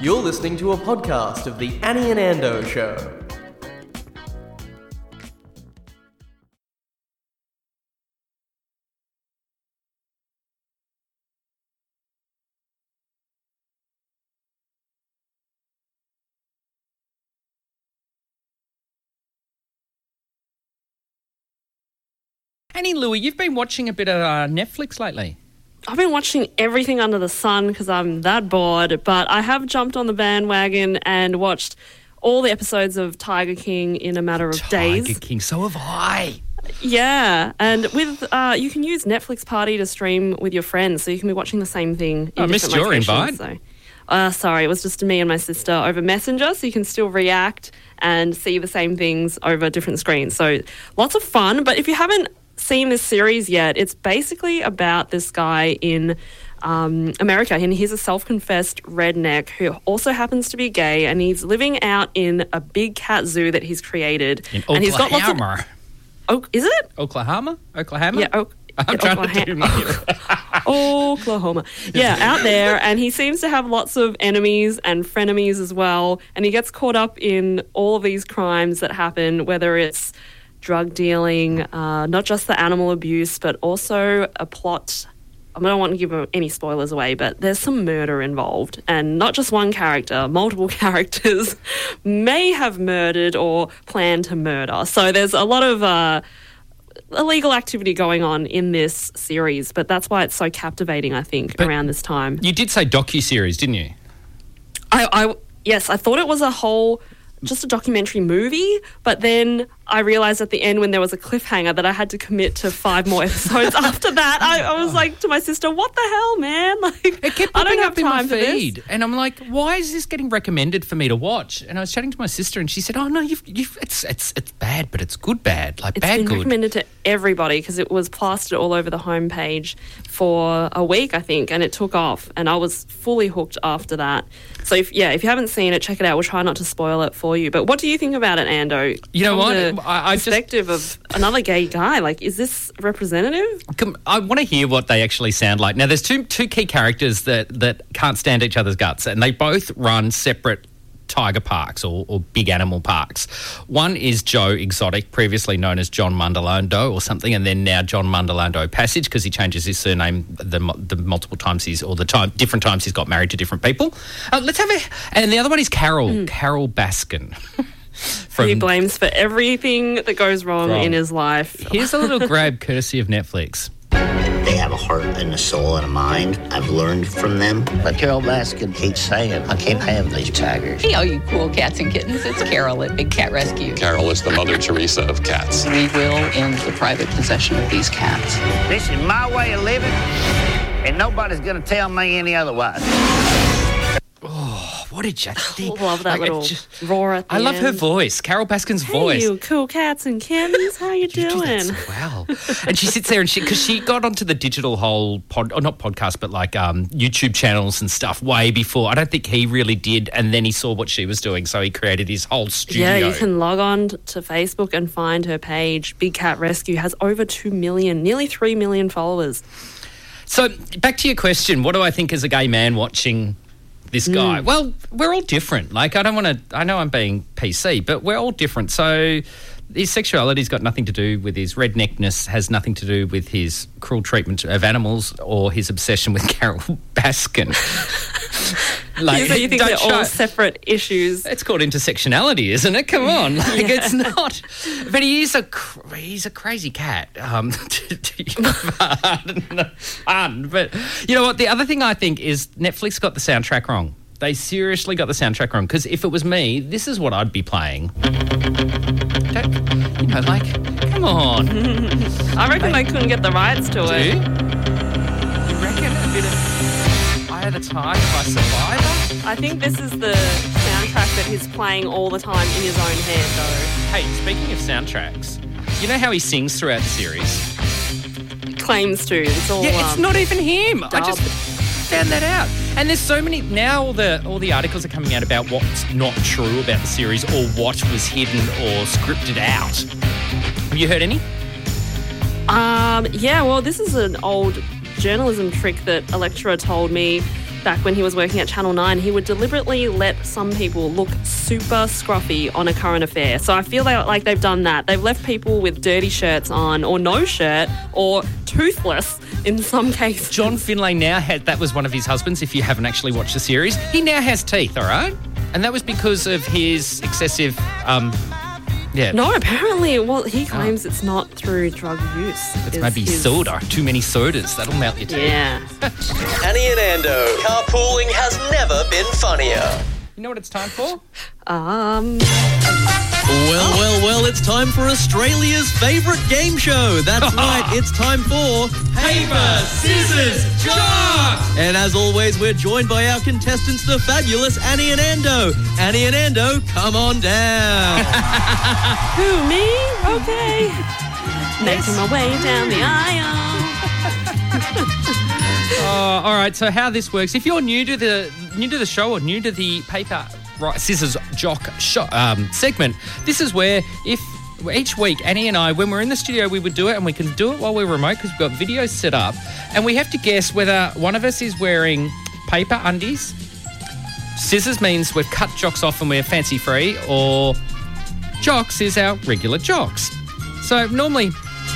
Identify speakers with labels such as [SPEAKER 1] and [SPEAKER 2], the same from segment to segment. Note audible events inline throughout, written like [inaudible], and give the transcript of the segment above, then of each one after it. [SPEAKER 1] You're listening to a podcast of The Annie and Ando Show.
[SPEAKER 2] Annie Louie, you've been watching a bit of uh, Netflix lately.
[SPEAKER 3] I've been watching everything under the sun because I'm that bored, but I have jumped on the bandwagon and watched all the episodes of Tiger King in a matter of
[SPEAKER 2] Tiger
[SPEAKER 3] days.
[SPEAKER 2] King, so have I.
[SPEAKER 3] Yeah, and with uh, you can use Netflix Party to stream with your friends, so you can be watching the same thing. In
[SPEAKER 2] Oh, I missed
[SPEAKER 3] different
[SPEAKER 2] your
[SPEAKER 3] locations, So. Uh, sorry, it was just me and my sister over Messenger, so you can still react and see the same things over different screens. So lots of fun. But if you haven't seen this series yet, it's basically about this guy in um, America, and he's a self confessed redneck who also happens to be gay, and he's living out in a big cat zoo that he's created.
[SPEAKER 2] In
[SPEAKER 3] and he's got lots of.
[SPEAKER 2] Oklahoma.
[SPEAKER 3] Oh, is it?
[SPEAKER 2] Oklahoma? Oklahoma?
[SPEAKER 3] Yeah, Oak-
[SPEAKER 2] [laughs] I'm
[SPEAKER 3] yeah,
[SPEAKER 2] trying to
[SPEAKER 3] Oklahoma.
[SPEAKER 2] do my
[SPEAKER 3] Oklahoma. Yeah, out there. And he seems to have lots of enemies and frenemies as well. And he gets caught up in all of these crimes that happen, whether it's drug dealing, uh, not just the animal abuse, but also a plot. I don't want to give any spoilers away, but there's some murder involved. And not just one character, multiple [laughs] characters may have murdered or planned to murder. So there's a lot of. Uh, illegal activity going on in this series, but that's why it's so captivating. I think
[SPEAKER 2] But-
[SPEAKER 3] around this time,
[SPEAKER 2] You did say docu series, didn't you?
[SPEAKER 3] I, I yes, I thought it was a whole just a documentary movie, but then I realized at the end when there was a cliffhanger that I had to commit to five more episodes. [laughs] After that, I, I was like to my sister, "What the hell, man? [laughs] Like,
[SPEAKER 2] It kept popping
[SPEAKER 3] I don't have
[SPEAKER 2] up in my
[SPEAKER 3] time for this."
[SPEAKER 2] feed, and I'm like, "Why is this getting recommended for me to watch?" And I was chatting to my sister, and she said, "Oh no, you've, you've it's it's it's bad, but it's good bad, like
[SPEAKER 3] It's
[SPEAKER 2] bad
[SPEAKER 3] been
[SPEAKER 2] good."
[SPEAKER 3] recommended to everybody because it was plastered all over the homepage for a week, I think, and it took off. And I was fully hooked after that. So, if, yeah, if you haven't seen it, check it out. We'll try not to spoil it for you. But what do you think about it, Ando?
[SPEAKER 2] You know
[SPEAKER 3] From
[SPEAKER 2] what?
[SPEAKER 3] The
[SPEAKER 2] I- I just-
[SPEAKER 3] perspective of another gay guy. Like, is this representative?
[SPEAKER 2] Come, I want to hear what they actually sound like. Now, there's two two key characters that that can't stand each other's guts, and they both run separate tiger parks or, or big animal parks. One is Joe Exotic, previously known as John Mundolando or something, and then now John Mundolando Passage because he changes his surname the, mu- the multiple times he's or the time different times he's got married to different people. Uh, let's have a and the other one is Carol
[SPEAKER 3] Hmm.
[SPEAKER 2] Carol
[SPEAKER 3] [laughs]
[SPEAKER 2] Baskin. from
[SPEAKER 3] He blames for everything that goes wrong,
[SPEAKER 2] Wrong.
[SPEAKER 3] in his life.
[SPEAKER 2] Here's a
[SPEAKER 3] [laughs]
[SPEAKER 2] little grab courtesy of Netflix.
[SPEAKER 4] They have a heart and a soul and a mind. I've learned from them. But Carol Baskin keeps saying, I can't have these tigers.
[SPEAKER 5] Hey, all you cool cats and kittens, it's Carol at Big Cat Rescue.
[SPEAKER 6] Carol is the Mother Teresa of cats.
[SPEAKER 5] We will end the private possession of these cats.
[SPEAKER 4] This is my way of living, and nobody's going to tell me any otherwise.
[SPEAKER 2] Oh, What did you think?
[SPEAKER 3] Oh, Love that
[SPEAKER 2] Like, it
[SPEAKER 3] little
[SPEAKER 2] just-
[SPEAKER 3] roar at the
[SPEAKER 2] I love her
[SPEAKER 3] end.
[SPEAKER 2] voice, Carol Baskin's
[SPEAKER 3] Hey,
[SPEAKER 2] voice.
[SPEAKER 3] you cool cats and kittens. How you
[SPEAKER 2] You do
[SPEAKER 3] doing?
[SPEAKER 2] that so well. and she sits there and she because she got onto the digital whole pod or not podcast but like um, YouTube channels and stuff way before. I don't think he really did, and then he saw what she was doing, so he created his whole studio.
[SPEAKER 3] Yeah, you can log on t- to Facebook and find her page. Big Cat Rescue has over 2 million, nearly 3 million followers.
[SPEAKER 2] So back to your question, what do I think as a gay man watching this guy?
[SPEAKER 3] Mm.
[SPEAKER 2] Well, we're all different. Like I don't want to. I know I'm being PC, but we're all different. So his sexuality's got nothing to do with his redneckness. Has nothing to do with his cruel treatment of animals or his obsession with [laughs] Carol
[SPEAKER 3] [laughs]
[SPEAKER 2] Baskin. like,
[SPEAKER 3] So you think
[SPEAKER 2] don't
[SPEAKER 3] they're
[SPEAKER 2] show-
[SPEAKER 3] all separate issues.
[SPEAKER 2] it's called intersectionality, isn't it? Come [laughs] on, like it's not. But he is a cr- he's a crazy cat. Um, [laughs] to- to- pardon, pardon. but you know what? The other thing I think is Netflix got the soundtrack wrong. They seriously got the soundtrack wrong because if it was me, this is what I'd be playing. Don't, you know, like, come on, do?
[SPEAKER 3] I reckon they couldn't get the rights to
[SPEAKER 2] Mm-hmm. You
[SPEAKER 3] it.
[SPEAKER 2] reckon a bit of Eye of the Tiger by Survivor?
[SPEAKER 3] I think this is the soundtrack that he's playing all the time in his own head,
[SPEAKER 2] Hey, speaking of soundtracks, you know how he sings throughout the series.
[SPEAKER 3] though. Claims to. It's all.
[SPEAKER 2] Yeah, it's
[SPEAKER 3] um,
[SPEAKER 2] not even him. I just
[SPEAKER 3] dub.
[SPEAKER 2] found that out. And there's so many now. All the all the articles are coming out about what's not true about the series or what was hidden or scripted out. Have you heard any?
[SPEAKER 3] Um, yeah, well, this is an old journalism trick that a lecturer told me back when he was working at Channel 9, he would deliberately let some people look super scruffy on a current affair. So I feel like like they've done that. They've left people with dirty shirts on, or no shirt, or toothless in some [laughs] cases.
[SPEAKER 2] John Finlay now had that was one of his husbands. If you haven't actually watched the series, he now has teeth. All right, and that was because of his excessive. Um, yeah,
[SPEAKER 3] No, apparently, well, he
[SPEAKER 2] Ah.
[SPEAKER 3] claims it's not through drug use.
[SPEAKER 2] it's
[SPEAKER 3] is
[SPEAKER 2] maybe
[SPEAKER 3] his-
[SPEAKER 2] soda. Too many sodas that'll melt your teeth.
[SPEAKER 3] Yeah.
[SPEAKER 1] Annie and Ando, carpooling has never been funnier.
[SPEAKER 2] You know what it's time for?
[SPEAKER 3] Um.
[SPEAKER 7] Well, well, well, it's time for Australia's favourite game show.
[SPEAKER 1] [laughs]
[SPEAKER 2] [laughs]
[SPEAKER 7] That's right, it's time for Paper, Scissors, Chalk! And as always, we're joined by our contestants, the fabulous Annie and Ando. Annie and Ando, come on down.
[SPEAKER 3] Who, me? Okay.
[SPEAKER 2] [laughs]
[SPEAKER 3] Making my way down the aisle.
[SPEAKER 2] Uh, all right. So how this works? If you're new to the new to the show or new to the paper right, scissors jock sho um, segment, this is where if each week Annie and I, when we're in the studio, we would do it, and we can do it while we're remote because we've got videos set up, and we have to guess whether one of us is wearing paper undies. Scissors means we've cut jocks off and we're fancy free, or jocks is our regular jocks. So normally,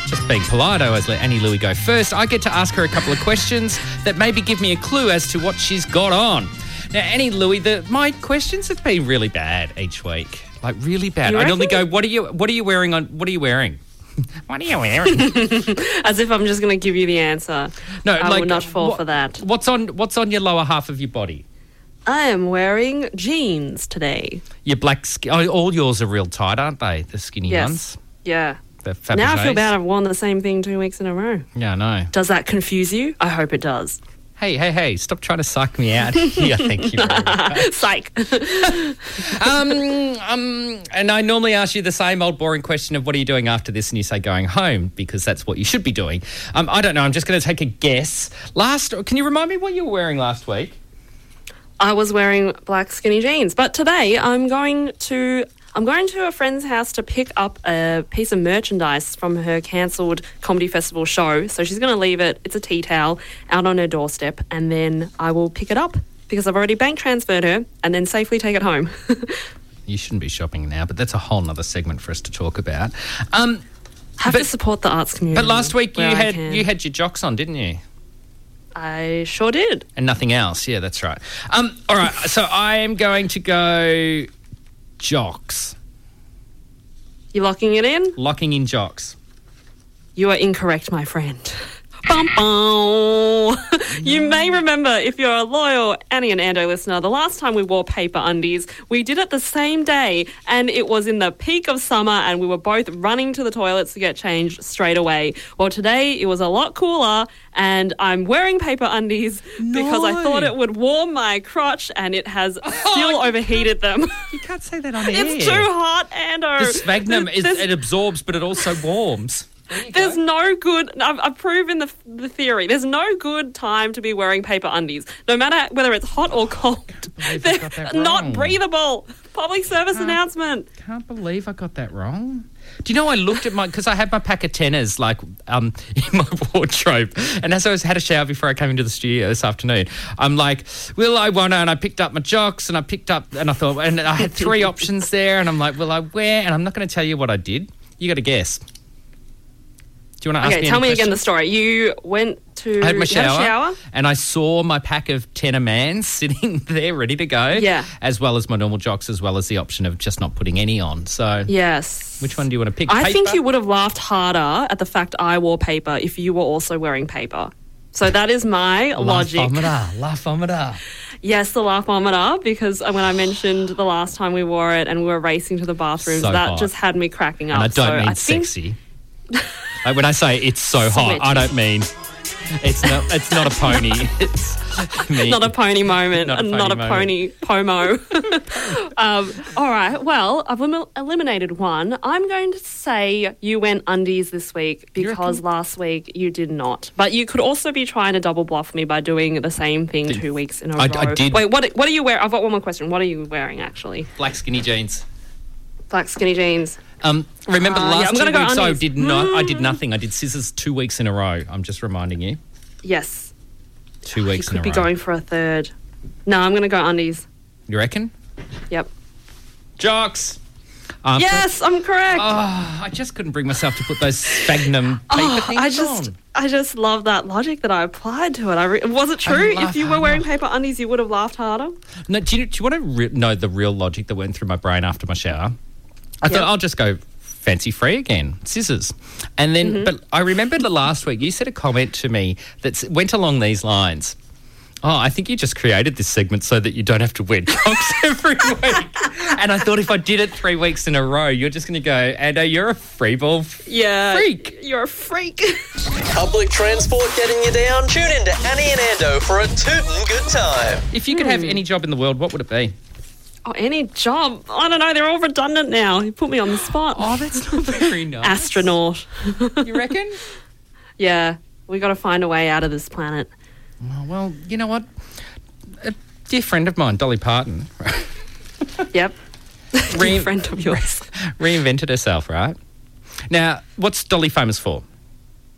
[SPEAKER 2] just being polite, I always let Annie Louie go first. I get to ask her a couple of questions that maybe give me a clue as to what she's got on. Now, Annie Louie, the, my questions have been really bad each week, like really bad.
[SPEAKER 3] You
[SPEAKER 2] I normally go,
[SPEAKER 3] reckon?
[SPEAKER 2] "What are you? What are you wearing on? What are you wearing?" [laughs] what are you wearing?
[SPEAKER 3] As if I'm just going to give you the answer.
[SPEAKER 2] [laughs] No,
[SPEAKER 3] I
[SPEAKER 2] like,
[SPEAKER 3] will not fall
[SPEAKER 2] what-
[SPEAKER 3] for that.
[SPEAKER 2] What's on? What's on your lower half of your body?
[SPEAKER 3] I am wearing jeans today.
[SPEAKER 2] Your black skin. Oh, all yours are real tight, aren't they? The skinny
[SPEAKER 3] Yes.
[SPEAKER 2] ones.
[SPEAKER 3] Yeah.
[SPEAKER 2] The
[SPEAKER 3] Now I feel
[SPEAKER 2] Fabergés.
[SPEAKER 3] bad I've worn the same thing two weeks in a row.
[SPEAKER 2] Yeah, I know.
[SPEAKER 3] Does that confuse you? I hope it does. [laughs]
[SPEAKER 2] Hey, hey, hey! Stop trying to psych me out. [laughs] yeah, thank you. Very
[SPEAKER 3] [laughs]
[SPEAKER 2] much.
[SPEAKER 3] Psych.
[SPEAKER 2] um, um, and I normally ask you the same old boring question of what are you doing after this, and you say going home because that's what you should be doing. Um, I don't know. I'm just going to take a guess. Last, can you remind me what you were wearing last week?
[SPEAKER 3] I was wearing black skinny jeans, but today I'm going to I'm going to a friend's house to pick up a piece of merchandise from her cancelled comedy festival show. So she's going to leave it. It's a tea towel out on her doorstep, and then I will pick it up because I've already bank transferred her, and then safely take it home. [laughs]
[SPEAKER 2] You shouldn't be shopping now, but that's a whole nother segment for us to talk about. Um,
[SPEAKER 3] Have
[SPEAKER 2] But-
[SPEAKER 3] to support the arts community.
[SPEAKER 2] but last week you
[SPEAKER 3] where Mm, I
[SPEAKER 2] had
[SPEAKER 3] can.
[SPEAKER 2] you had your jocks on, didn't you?
[SPEAKER 3] I sure did.
[SPEAKER 2] And nothing else. Yeah, that's right. Um, all right. So I am going to go jocks.
[SPEAKER 3] You locking it in?
[SPEAKER 2] Locking in jocks.
[SPEAKER 3] You are incorrect, my friend. Bum, bum. [laughs] you may remember, if you're a loyal Annie and Ando listener, the last time we wore paper undies, we did it the same day, and it was in the peak of summer, and we were both running to the toilets to get changed straight away. Well, today it was a lot cooler, and I'm wearing paper undies because I thought it would warm my crotch, and it has still overheated them. [laughs]
[SPEAKER 2] You can't say that on
[SPEAKER 3] it's too hot, Ando.
[SPEAKER 2] The sphagnum is
[SPEAKER 3] This-
[SPEAKER 2] it absorbs, but it also warms.
[SPEAKER 3] There's no good. I've, I've proven the, the theory. There's no good time to be wearing paper undies, no matter whether it's hot
[SPEAKER 2] [laughs]
[SPEAKER 3] or cold.
[SPEAKER 2] I
[SPEAKER 3] They're
[SPEAKER 2] got that wrong.
[SPEAKER 3] [laughs] not breathable. Public service announcement.
[SPEAKER 2] Can't believe I got that wrong. Do you know I looked at my because I had my pack of tenors like um, [laughs] in my wardrobe, and as I was had a shower before I came into the studio this afternoon, I'm like, will I wanna? And I picked up my jocks, and I picked up, and I thought, and I had
[SPEAKER 3] [laughs]
[SPEAKER 2] three options there, and I'm like, will I wear? And I'm not going to tell you what I did. You got to guess. Do you want to ask
[SPEAKER 3] Okay,
[SPEAKER 2] me?
[SPEAKER 3] tell
[SPEAKER 2] any
[SPEAKER 3] me again the
[SPEAKER 2] questions?
[SPEAKER 3] story. You went to
[SPEAKER 2] I had my
[SPEAKER 3] you had a
[SPEAKER 2] shower, and I saw my pack of tenor mans [laughs] sitting there ready to go.
[SPEAKER 3] Yeah.
[SPEAKER 2] As well as my normal jocks, as well as the option of just not putting any on. So,
[SPEAKER 3] Yes.
[SPEAKER 2] which one do you want to pick?
[SPEAKER 3] I think
[SPEAKER 2] Paper?
[SPEAKER 3] you would have laughed harder at the fact I wore paper if you were also wearing paper. So that is my logic. Oh,
[SPEAKER 2] Laughometer, laughometer.
[SPEAKER 3] Yes, the laughometer, because when I mentioned the last time we wore it and we were racing to the bathrooms,
[SPEAKER 2] So
[SPEAKER 3] that
[SPEAKER 2] hot.
[SPEAKER 3] just had me cracking up.
[SPEAKER 2] And I don't
[SPEAKER 3] so
[SPEAKER 2] mean
[SPEAKER 3] I think [laughs]
[SPEAKER 2] sexy. like when I say it's so hot, I don't mean it's not. It's not a pony.
[SPEAKER 3] [laughs]
[SPEAKER 2] It's me.
[SPEAKER 3] Not a pony
[SPEAKER 2] [laughs]
[SPEAKER 3] moment,
[SPEAKER 2] Not a
[SPEAKER 3] and
[SPEAKER 2] pony
[SPEAKER 3] not a
[SPEAKER 2] moment.
[SPEAKER 3] pony pomo. [laughs] um, all right, well, I've elim- eliminated one. I'm going to say you went undies this week because last week you did not. But you could also be trying to double bluff me by doing the same thing two weeks in a
[SPEAKER 2] I-
[SPEAKER 3] row.
[SPEAKER 2] I did-
[SPEAKER 3] Wait, what? What are you wearing? I've got one more question. What are you wearing actually?
[SPEAKER 2] black skinny jeans.
[SPEAKER 3] Black skinny jeans.
[SPEAKER 2] Um, remember
[SPEAKER 3] Uh, yeah, I'm
[SPEAKER 2] last
[SPEAKER 3] gonna
[SPEAKER 2] two
[SPEAKER 3] go Mm.
[SPEAKER 2] weeks I
[SPEAKER 3] undies.
[SPEAKER 2] did not. I did nothing. I did scissors two weeks in a row. I'm just reminding you.
[SPEAKER 3] Yes.
[SPEAKER 2] Two weeks in
[SPEAKER 3] Oh, Could
[SPEAKER 2] a
[SPEAKER 3] be
[SPEAKER 2] row.
[SPEAKER 3] going for a third. No, I'm going to go undies.
[SPEAKER 2] you reckon?
[SPEAKER 3] Yep.
[SPEAKER 2] Jocks. After-
[SPEAKER 3] Yes, I'm correct.
[SPEAKER 2] I just couldn't bring myself to put those sphagnum paper
[SPEAKER 3] [laughs] Oh,
[SPEAKER 2] things
[SPEAKER 3] I just,
[SPEAKER 2] on.
[SPEAKER 3] I just love that logic that I applied to it. I re- was it true?
[SPEAKER 2] laugh
[SPEAKER 3] If you were
[SPEAKER 2] harder.
[SPEAKER 3] wearing paper undies, you would have laughed harder.
[SPEAKER 2] No, do, you, do you want to re- know the real logic that went through my brain after my shower? I thought
[SPEAKER 3] Yeah.
[SPEAKER 2] I'll just go fancy free again, scissors, and then.
[SPEAKER 3] Mm-hmm.
[SPEAKER 2] But I remembered the last week you said a comment to me that s- went along these lines. Oh, I think you just created this segment so that you don't have to wear jocks [laughs] every week. And I thought if I did it three weeks in a row, you're just going to go, and you're a free ball
[SPEAKER 3] Yeah,
[SPEAKER 2] Freak.
[SPEAKER 3] You're a freak.
[SPEAKER 1] Public transport getting you down? Tune in to Annie and Ando for a tootin' good time.
[SPEAKER 2] If you could
[SPEAKER 3] Hmm.
[SPEAKER 2] have any job in the world, what would it be?
[SPEAKER 3] [laughs] oh, any job? I don't know. They're all redundant now. You put me on the spot.
[SPEAKER 2] Oh, that's [laughs] not very nice.
[SPEAKER 3] Astronaut.
[SPEAKER 2] You reckon?
[SPEAKER 3] Yeah, we got to find a way out of this planet.
[SPEAKER 2] Oh, [laughs] well, you know what? A dear friend of mine, Dolly Parton,
[SPEAKER 3] Yep.
[SPEAKER 2] Re-
[SPEAKER 3] Dear friend of yours.
[SPEAKER 2] reinvented herself, right? Now, what's Dolly famous for?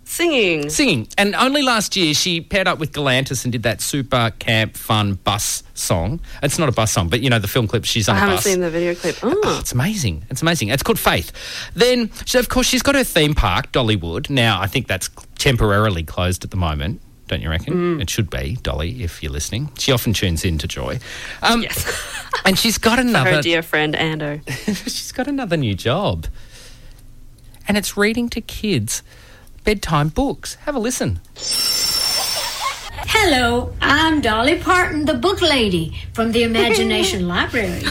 [SPEAKER 3] Singing.
[SPEAKER 2] Singing. And only last year she paired up with Galantis and did that super camp fun bus song. It's not a bus song, but you know the film clip she's on
[SPEAKER 3] I
[SPEAKER 2] a
[SPEAKER 3] haven't
[SPEAKER 2] bus.
[SPEAKER 3] seen the video clip.
[SPEAKER 2] Oh,
[SPEAKER 3] Oh,
[SPEAKER 2] it's amazing. It's amazing. It's called Faith. Then, so of course, she's got her theme park, Dollywood. Now, I think that's temporarily closed at the moment. Don't you reckon?
[SPEAKER 3] Mm.
[SPEAKER 2] It should be, Dolly, if you're listening. She often tunes in to Joy. Um,
[SPEAKER 3] yes.
[SPEAKER 2] [laughs] And she's
[SPEAKER 3] [laughs]
[SPEAKER 2] got
[SPEAKER 3] Her
[SPEAKER 2] another.
[SPEAKER 3] dear friend Ando.
[SPEAKER 2] [laughs] she's got another new job, and it's reading to kids bedtime books. Have a listen.
[SPEAKER 8] Hello, I'm Dolly Parton, the book lady from the Imagination Library,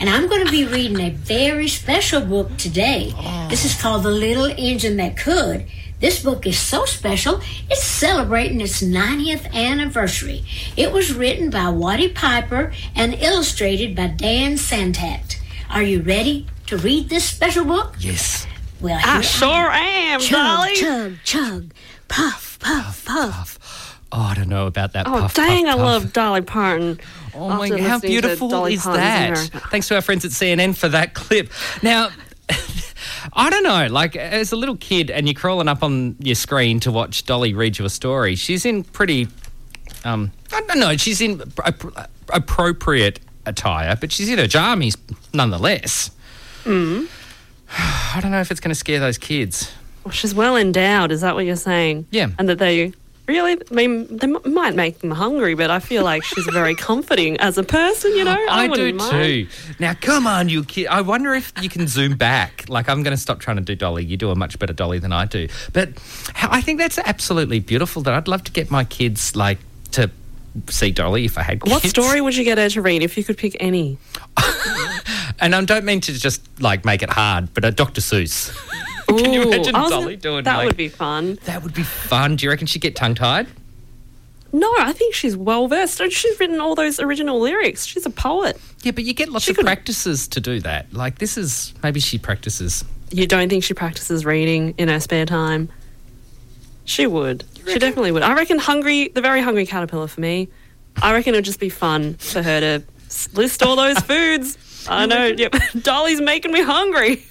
[SPEAKER 8] and I'm going to be reading a very special book today. This is called The Little Engine That Could. This book is so special, it's celebrating its 90th anniversary. It was written by Waddy Piper and illustrated by Dan Santat. Are you ready to read this special book?
[SPEAKER 2] Yes.
[SPEAKER 8] Well,
[SPEAKER 3] I
[SPEAKER 8] here
[SPEAKER 3] sure am,
[SPEAKER 8] chug,
[SPEAKER 3] Dolly.
[SPEAKER 8] chug, chug, puff, puff, puff.
[SPEAKER 2] Oh, I don't know about that.
[SPEAKER 3] Oh,
[SPEAKER 2] puff,
[SPEAKER 3] dang,
[SPEAKER 2] puff,
[SPEAKER 3] I
[SPEAKER 2] puff.
[SPEAKER 3] love Dolly Parton.
[SPEAKER 2] Oh my
[SPEAKER 3] After
[SPEAKER 2] god, how
[SPEAKER 3] listening to
[SPEAKER 2] beautiful
[SPEAKER 3] Dolly
[SPEAKER 2] is
[SPEAKER 3] Parton's
[SPEAKER 2] that?
[SPEAKER 3] America.
[SPEAKER 2] Thanks to our friends at CNN for that clip. Now, [laughs] I don't know, like as a little kid and you're crawling up on your screen to watch Dolly read you a story, she's in pretty, um, I don't know, she's in ap- appropriate attire, but she's in her jammies nonetheless. Mm. [sighs] I don't know if it's going to scare those kids.
[SPEAKER 3] Well, she's well endowed, is that what you're saying?
[SPEAKER 2] Yeah.
[SPEAKER 3] And that they really, I mean, they m- might make them hungry, but I feel like she's
[SPEAKER 2] [laughs]
[SPEAKER 3] very comforting as a person, you know?
[SPEAKER 2] I
[SPEAKER 3] I,
[SPEAKER 2] do
[SPEAKER 3] wouldn't mind.
[SPEAKER 2] too. Now, come on, you kid. I wonder if you can zoom back. Like, I'm going to stop trying to do Dolly. You do a much better Dolly than I do. But I think that's absolutely beautiful. That I'd love to get my kids like to see Dolly if I had. Kids.
[SPEAKER 3] What story would you get her to read if you could pick any?
[SPEAKER 2] And I don't mean to just like make it hard, but a Dr. Seuss. Can you
[SPEAKER 3] Ooh,
[SPEAKER 2] imagine
[SPEAKER 3] I was
[SPEAKER 2] Dolly
[SPEAKER 3] gonna-
[SPEAKER 2] doing
[SPEAKER 3] that?
[SPEAKER 2] like-
[SPEAKER 3] would be fun.
[SPEAKER 2] That would be fun. Do you reckon she'd get tongue tied?
[SPEAKER 3] No, I think she's well versed. She's written all those original lyrics. She's a poet.
[SPEAKER 2] Yeah, but you get lots
[SPEAKER 3] She
[SPEAKER 2] of
[SPEAKER 3] could-
[SPEAKER 2] practices to do that. Like this is maybe she practices.
[SPEAKER 3] You don't think she practices reading in her spare time? She would. She definitely would. I reckon hungry, the very hungry caterpillar for me. I reckon it would just be fun for her to s- list all those foods. I know. Yep. [laughs] Dolly's making me hungry.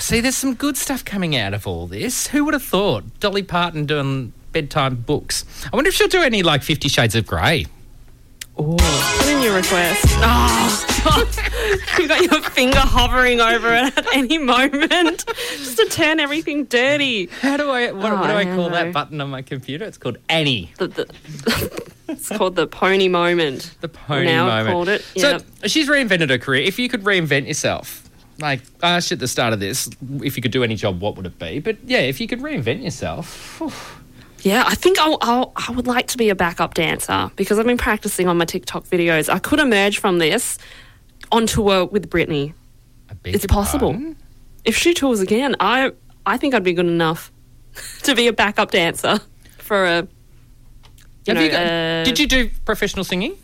[SPEAKER 2] See, there's some good stuff coming out of all this. Who would have thought Dolly Parton doing bedtime books? I wonder if she'll do any like Fifty Shades of Grey.
[SPEAKER 3] Put in your request. [laughs] Oh, you got your finger hovering over it at any moment, just to turn everything dirty.
[SPEAKER 2] How do I? What, what do
[SPEAKER 3] Oh,
[SPEAKER 2] I
[SPEAKER 3] yeah,
[SPEAKER 2] call
[SPEAKER 3] no.
[SPEAKER 2] that button on my computer? It's called Annie,
[SPEAKER 3] The, the, [laughs] it's called the pony moment.
[SPEAKER 2] the pony
[SPEAKER 3] now
[SPEAKER 2] moment.
[SPEAKER 3] called it. yep.
[SPEAKER 2] So she's reinvented her career. If you could reinvent yourself, like I asked you at the start of this, if you could do any job, what would it be? But yeah, if you could reinvent yourself, whew.
[SPEAKER 3] Yeah, I think I'll, I'll, I would like to be a backup dancer because I've been practicing on my TikTok videos. I could emerge from this on tour with Britney.
[SPEAKER 2] I beg
[SPEAKER 3] It's
[SPEAKER 2] your
[SPEAKER 3] possible.
[SPEAKER 2] pardon?
[SPEAKER 3] If she tours again, I, I think I'd be good enough [laughs] to be a backup dancer for a. You
[SPEAKER 2] Have
[SPEAKER 3] know,
[SPEAKER 2] you got-
[SPEAKER 3] uh,
[SPEAKER 2] did you do professional singing?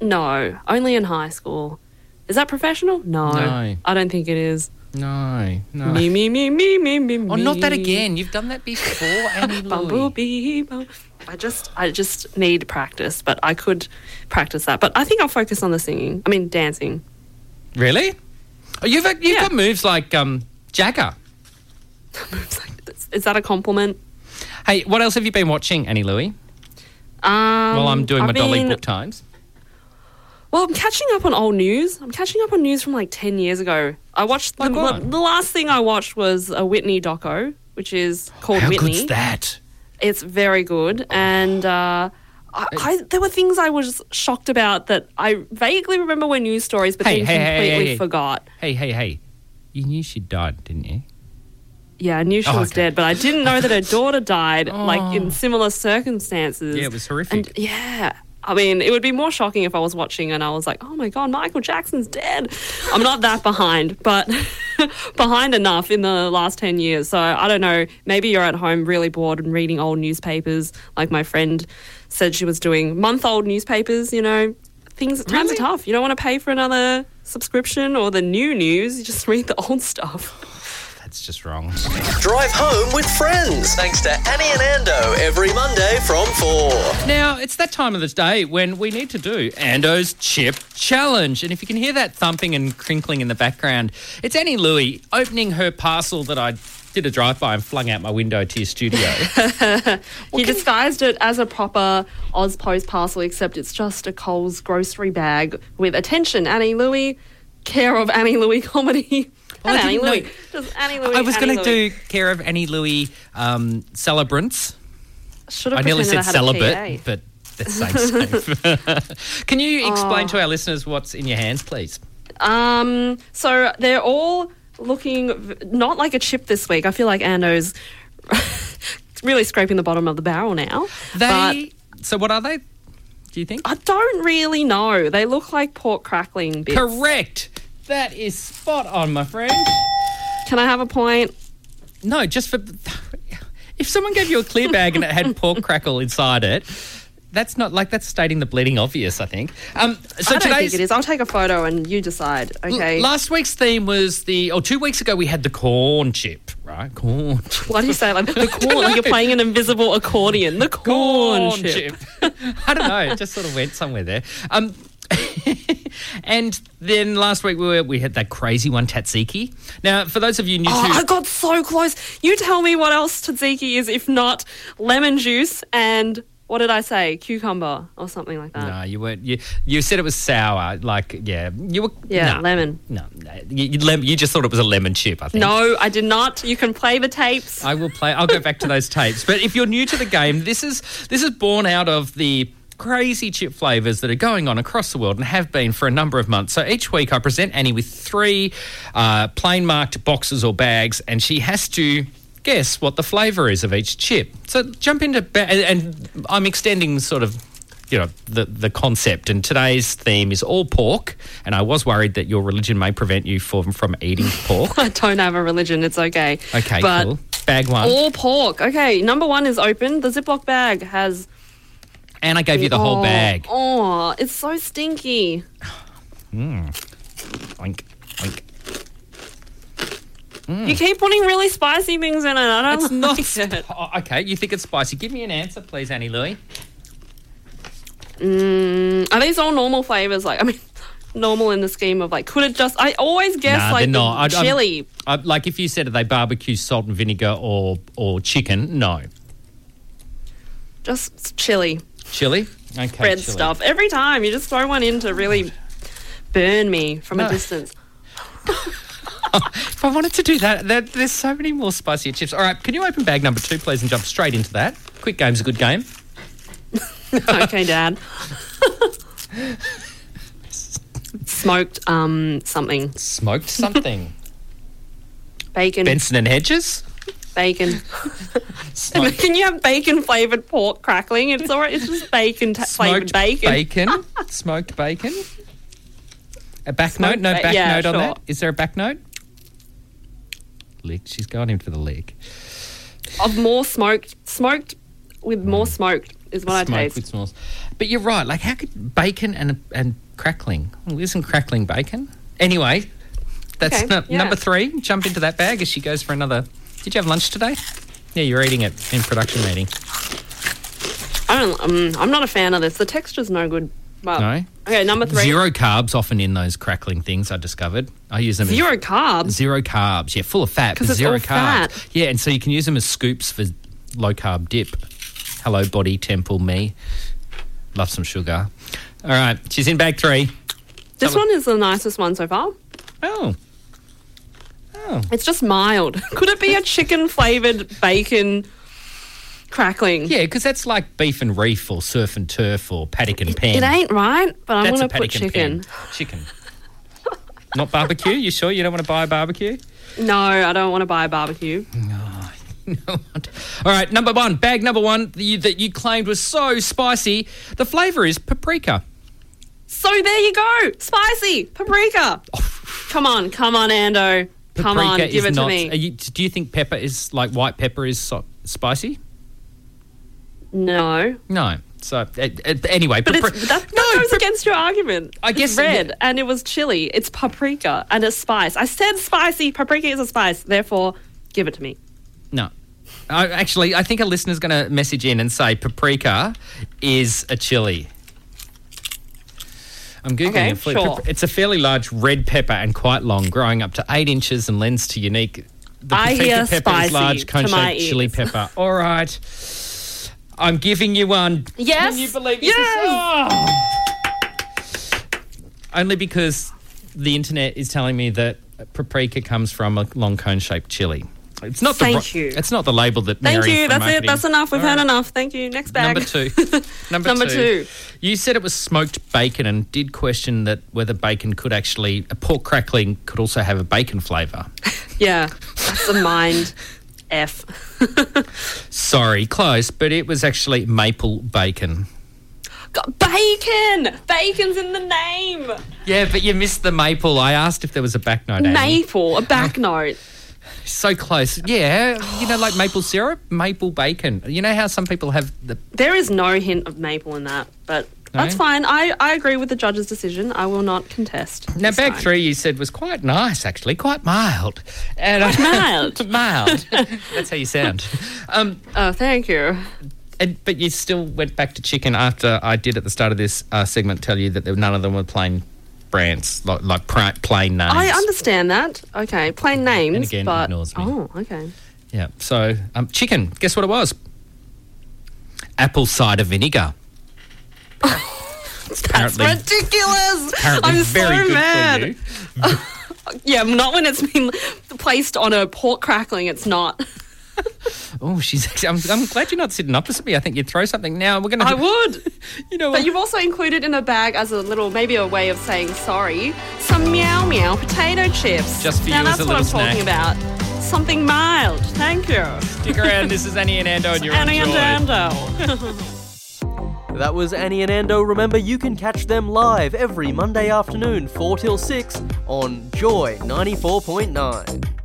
[SPEAKER 3] No, only in high school. Is that professional? No,
[SPEAKER 2] No.
[SPEAKER 3] I don't think it is.
[SPEAKER 2] No, no.
[SPEAKER 3] Me, me, me, me, me, me.
[SPEAKER 2] Oh, not that
[SPEAKER 3] me.
[SPEAKER 2] again. You've done that before,
[SPEAKER 3] [laughs]
[SPEAKER 2] Annie Louie.
[SPEAKER 3] Bumblebee. bum- I just, I just need practice, but I could practice that. But I think I'll focus on the singing. I mean, dancing.
[SPEAKER 2] Really? Oh, You've you've
[SPEAKER 3] Yeah.
[SPEAKER 2] got moves like um, Jagger.
[SPEAKER 3] It's like, is- is that a compliment?
[SPEAKER 2] Hey, what else have you been watching, Annie Louie? While I'm doing
[SPEAKER 3] I
[SPEAKER 2] my dolly
[SPEAKER 3] mean-
[SPEAKER 2] book times.
[SPEAKER 3] Well, I'm catching up on old news. I'm catching up on news from like 10 years ago. I watched
[SPEAKER 2] Like
[SPEAKER 3] the,
[SPEAKER 2] what?
[SPEAKER 3] the last thing I watched was a Whitney doco, which is called
[SPEAKER 2] How
[SPEAKER 3] Whitney.
[SPEAKER 2] good's that?
[SPEAKER 3] It's very good. And uh, I, I, there were things I was shocked about that I vaguely remember were news stories, but
[SPEAKER 2] Hey,
[SPEAKER 3] then
[SPEAKER 2] hey, hey,
[SPEAKER 3] completely
[SPEAKER 2] hey, hey.
[SPEAKER 3] forgot.
[SPEAKER 2] Hey, hey, hey. You knew she died, didn't you?
[SPEAKER 3] Yeah, I knew she
[SPEAKER 2] Oh,
[SPEAKER 3] was
[SPEAKER 2] okay. Oh.
[SPEAKER 3] dead, but I didn't know that her
[SPEAKER 2] [laughs]
[SPEAKER 3] daughter died like in similar circumstances.
[SPEAKER 2] Yeah, it was horrific.
[SPEAKER 3] And yeah, I mean, it would be more shocking if I was watching and I was like, "Oh my god, Michael Jackson's dead." I'm not that behind, but [laughs] behind enough in the last 10 years. So, I don't know, maybe you're at home really bored and reading old newspapers like my friend said she was doing month-old newspapers, you know. Things times are tough. You don't want to pay for another subscription or the new news, you just read the old stuff.
[SPEAKER 2] That's just wrong.
[SPEAKER 1] Drive home with friends thanks to Annie and Ando every Monday from 4.
[SPEAKER 2] Now, it's that time of the day when we need to do Ando's Chip Challenge. And if you can hear that thumping and crinkling in the background, it's Annie Louie opening her parcel that I did a drive by and flung out my window to your studio.
[SPEAKER 3] he disguised it as a proper Oz Post parcel, except it's just a Coles grocery bag with attention, Annie Louie, care of Annie
[SPEAKER 2] [laughs]
[SPEAKER 3] Louie comedy.
[SPEAKER 2] Well, I
[SPEAKER 3] and [laughs] Annie
[SPEAKER 2] didn't know-
[SPEAKER 3] Louie. Just Annie Louie.
[SPEAKER 2] I was
[SPEAKER 3] Annie
[SPEAKER 2] going to
[SPEAKER 3] Louie.
[SPEAKER 2] do care of Annie Louie um, celebrants.
[SPEAKER 3] Should
[SPEAKER 2] I
[SPEAKER 3] have
[SPEAKER 2] nearly said
[SPEAKER 3] pretended I had a
[SPEAKER 2] celibate,
[SPEAKER 3] PA.
[SPEAKER 2] but that's safe.
[SPEAKER 3] [laughs]
[SPEAKER 2] safe. Can
[SPEAKER 3] Oh.
[SPEAKER 2] you explain to our listeners what's in your hands, please?
[SPEAKER 3] Um, so they're all looking v- not like a chip this week. I feel like Ando's [laughs] really scraping the bottom of the barrel now. But
[SPEAKER 2] They. so what are they? Do you think?
[SPEAKER 3] I don't really know. They look like pork crackling bits.
[SPEAKER 2] Correct. That is spot on, my friend.
[SPEAKER 3] Can I have a point?
[SPEAKER 2] No, just for. If someone gave you a clear bag and it had pork crackle inside it, that's not like that's stating the bleeding obvious. I think. Um, so
[SPEAKER 3] I don't
[SPEAKER 2] today's
[SPEAKER 3] think it is. I'll take a photo and you decide. Okay.
[SPEAKER 2] L- Last week's theme was the, or two weeks ago, we had the corn chip, right? Corn chip.
[SPEAKER 3] Why do you say
[SPEAKER 2] [laughs]
[SPEAKER 3] it like the corn? like you're playing an invisible accordion. The corn, chip.
[SPEAKER 2] [laughs] I don't know. It just sort of went somewhere there. Um, [laughs] and then last week we were, we had that crazy one, Tatsiki. Now, for those of you new
[SPEAKER 3] Oh,
[SPEAKER 2] to
[SPEAKER 3] I got so close. You tell me what else tzatziki is if not lemon juice and what did I say? Cucumber or something like
[SPEAKER 2] [laughs]
[SPEAKER 3] that.
[SPEAKER 2] No, you weren't. You, you said it was sour. Like, yeah, you were.
[SPEAKER 3] Yeah,
[SPEAKER 2] nah.
[SPEAKER 3] lemon.
[SPEAKER 2] No, no, you, you, lem- you just thought it was a lemon chip. I think.
[SPEAKER 3] No, I did not. You can play the tapes.
[SPEAKER 2] I will play. I'll go back to those tapes. But if you're new to the game, this is this is born out of the crazy chip flavors that are going on across the world and have been for a number of months. So each week I present Annie with three uh, plain marked boxes or bags, and she has to. Guess what the flavour is of each chip. So jump into ba- and, and I'm extending sort of, you know, the the concept. And today's theme is all pork. And I was worried that your religion may prevent you from from eating
[SPEAKER 3] [laughs]
[SPEAKER 2] pork.
[SPEAKER 3] I don't have a religion. It's okay.
[SPEAKER 2] Okay,
[SPEAKER 3] but
[SPEAKER 2] cool. Bag one.
[SPEAKER 3] All pork. Okay, number one is open. The Ziploc bag has.
[SPEAKER 2] And I gave you the whole
[SPEAKER 3] Oh,
[SPEAKER 2] bag.
[SPEAKER 3] Oh, it's so stinky.
[SPEAKER 2] Oink, oink.
[SPEAKER 3] You keep putting really spicy things in it. I don't
[SPEAKER 2] It's not.
[SPEAKER 3] like it.
[SPEAKER 2] sp- oh, okay, you think it's spicy. Give me an answer, please, Annie Louie.
[SPEAKER 3] Are these all normal flavors? Like, I mean, normal in the scheme of like, could it just? I always guess
[SPEAKER 2] Nah,
[SPEAKER 3] like
[SPEAKER 2] they're not.
[SPEAKER 3] the
[SPEAKER 2] I'd- I'm-
[SPEAKER 3] chili.
[SPEAKER 2] I, like if you said are they barbecue, salt and vinegar, or or chicken, no.
[SPEAKER 3] just chili,
[SPEAKER 2] Chili? Okay. chili.
[SPEAKER 3] bread stuff. Every time you just throw one in to really burn me from
[SPEAKER 2] No.
[SPEAKER 3] a distance.
[SPEAKER 2] If I wanted to do that, there, there's so many more spicier chips. All right, can you open bag number two, please, and jump straight into that? Quick game's a good game.
[SPEAKER 3] okay, Dad. Smoked um something
[SPEAKER 2] Smoked [laughs] something.
[SPEAKER 3] bacon
[SPEAKER 2] Benson and
[SPEAKER 3] [laughs]
[SPEAKER 2] Hedges?
[SPEAKER 3] bacon. [laughs] Can you have bacon flavored pork crackling? It's alright. It's just bacon ta- flavored
[SPEAKER 2] Smoked
[SPEAKER 3] bacon. [laughs]
[SPEAKER 2] bacon. smoked bacon. A back note?
[SPEAKER 3] Smoked
[SPEAKER 2] No
[SPEAKER 3] ba-
[SPEAKER 2] back
[SPEAKER 3] yeah,
[SPEAKER 2] note on
[SPEAKER 3] sure.
[SPEAKER 2] that? Is there a back note? Lick. She's going in for the lick.
[SPEAKER 3] of more smoked smoked with more smoked is what I
[SPEAKER 2] Mm. Smoked
[SPEAKER 3] taste.
[SPEAKER 2] with smalls. But you're right. Like, how could bacon and and crackling? Well, isn't crackling bacon? Anyway, that's
[SPEAKER 3] Okay,
[SPEAKER 2] nu-
[SPEAKER 3] yeah.
[SPEAKER 2] number three. Jump into that bag as she goes for another. Did you have lunch today? Yeah, you're eating it in production meeting.
[SPEAKER 3] I don't. Um, I'm not a fan of this. The texture's no good. Well,
[SPEAKER 2] No?
[SPEAKER 3] Okay, number three.
[SPEAKER 2] Zero carbs often in those crackling things. I discovered. I use them. in-
[SPEAKER 3] Zero carbs.
[SPEAKER 2] Zero carbs, yeah, full of fat,
[SPEAKER 3] 'Cause
[SPEAKER 2] but
[SPEAKER 3] it's
[SPEAKER 2] zero
[SPEAKER 3] all
[SPEAKER 2] carbs.
[SPEAKER 3] fat.
[SPEAKER 2] Yeah, and so you can use them as scoops for low carb dip. Hello, body, temple, me. Love some sugar. All right, she's in bag three.
[SPEAKER 3] This one is the nicest one so far.
[SPEAKER 2] Oh,
[SPEAKER 3] It's just mild. [laughs] Could it be a chicken flavored bacon crackling?
[SPEAKER 2] yeah, because that's like beef and reef or surf and turf or paddock and pan.
[SPEAKER 3] It ain't right, but I'm
[SPEAKER 2] That's
[SPEAKER 3] going
[SPEAKER 2] a
[SPEAKER 3] to put
[SPEAKER 2] paddock and
[SPEAKER 3] chicken.
[SPEAKER 2] pan. Chicken. Not barbecue? You sure you don't want to buy a barbecue?
[SPEAKER 3] No, I don't want to buy a barbecue.
[SPEAKER 2] All right, number one, bag number one that you, that you claimed was so spicy. The flavour is paprika.
[SPEAKER 3] So there you go. Spicy paprika. come on, come on, Ando. Come
[SPEAKER 2] Oh. paprika
[SPEAKER 3] on, give
[SPEAKER 2] is
[SPEAKER 3] it
[SPEAKER 2] not,
[SPEAKER 3] to me.
[SPEAKER 2] Are you, do you think pepper is like white pepper is so, spicy?
[SPEAKER 3] no,
[SPEAKER 2] No. So a- a- anyway,
[SPEAKER 3] but
[SPEAKER 2] papri-
[SPEAKER 3] it's, that, that
[SPEAKER 2] no,
[SPEAKER 3] goes
[SPEAKER 2] pap-
[SPEAKER 3] against your argument.
[SPEAKER 2] I
[SPEAKER 3] It's
[SPEAKER 2] guess-
[SPEAKER 3] red, and it was chili. It's paprika and a spice. I said spicy. Paprika is a spice. Therefore, give it to me.
[SPEAKER 2] no. I, actually, I think a listener's going to message in and say paprika is a chili. I'm googling
[SPEAKER 3] Okay,
[SPEAKER 2] it. Fle-
[SPEAKER 3] sure.
[SPEAKER 2] papri- It's a fairly large red pepper and quite long, growing up to eight inches and lends to unique. The
[SPEAKER 3] I
[SPEAKER 2] paprika
[SPEAKER 3] hear
[SPEAKER 2] pepper is
[SPEAKER 3] spicy
[SPEAKER 2] large,
[SPEAKER 3] to my
[SPEAKER 2] cone-shaped chili
[SPEAKER 3] ears.
[SPEAKER 2] pepper. All right, I'm giving you one.
[SPEAKER 3] Yes.
[SPEAKER 2] Can you believe this? Ah!
[SPEAKER 3] yes.
[SPEAKER 2] Only because the internet is telling me that paprika comes from a long cone shaped chili. It's not
[SPEAKER 3] Thank
[SPEAKER 2] the
[SPEAKER 3] you.
[SPEAKER 2] It's not the label that
[SPEAKER 3] Thank
[SPEAKER 2] Mary from
[SPEAKER 3] you. That's it.
[SPEAKER 2] marketing-
[SPEAKER 3] That's enough. We've
[SPEAKER 2] All
[SPEAKER 3] had
[SPEAKER 2] right.
[SPEAKER 3] enough. Thank you. Next bag.
[SPEAKER 2] Number two. Number,
[SPEAKER 3] Number two.
[SPEAKER 2] You said it was smoked bacon and did question that whether bacon could actually a pork crackling could also have a bacon flavour.
[SPEAKER 3] [laughs] Yeah. That's a mind. F.
[SPEAKER 2] Sorry, close, but it was actually maple bacon.
[SPEAKER 3] Got bacon. Bacon's in the name.
[SPEAKER 2] Yeah, but you missed the maple. I asked if there was a back note. Amy.
[SPEAKER 3] Maple. A
[SPEAKER 2] [laughs]
[SPEAKER 3] back note.
[SPEAKER 2] So close. Yeah. You know, like maple syrup, maple bacon. You know how some people have the.
[SPEAKER 3] There is no hint of maple in that, but that's
[SPEAKER 2] No?
[SPEAKER 3] fine. I, I agree with the judge's decision. I will not contest.
[SPEAKER 2] Now,
[SPEAKER 3] this
[SPEAKER 2] bag
[SPEAKER 3] time.
[SPEAKER 2] three, you said, was quite nice, actually, quite mild. And I- [laughs]
[SPEAKER 3] Mild.
[SPEAKER 2] mild. That's how you sound. Um,
[SPEAKER 3] Oh, thank you.
[SPEAKER 2] and, but you still went back to chicken after I did at the start of this uh, segment tell you that there, none of them were plain brands, like, like pri- plain names.
[SPEAKER 3] I understand that. Okay, plain names,
[SPEAKER 2] again,
[SPEAKER 3] but
[SPEAKER 2] ignores me.
[SPEAKER 3] oh, okay.
[SPEAKER 2] Yeah. So, um, chicken, guess what it was? Apple cider vinegar. Apparently-
[SPEAKER 3] That's ridiculous.
[SPEAKER 2] Apparently
[SPEAKER 3] I'm
[SPEAKER 2] very
[SPEAKER 3] so
[SPEAKER 2] good
[SPEAKER 3] mad.
[SPEAKER 2] For you.
[SPEAKER 3] Yeah, not when it's been placed on a pork crackling. It's not.
[SPEAKER 2] Oh, she's. I'm, I'm glad you're not sitting opposite me. I think you'd throw something. Now we're gonna.
[SPEAKER 3] I would.
[SPEAKER 2] [laughs] You know.
[SPEAKER 3] But you've also included in a bag as a little, maybe a way of saying sorry, some meow meow potato chips.
[SPEAKER 2] Just for
[SPEAKER 3] now
[SPEAKER 2] you as
[SPEAKER 3] that's
[SPEAKER 2] a
[SPEAKER 3] what I'm
[SPEAKER 2] little
[SPEAKER 3] talking about. Something mild. Thank you.
[SPEAKER 2] stick around. This is Annie and Ando, and you're
[SPEAKER 3] Annie and
[SPEAKER 2] enjoying.
[SPEAKER 3] Ando.
[SPEAKER 7] That was Annie and Ando. Remember, you can catch them live every Monday afternoon, 4 till 6, on Joy 94.9.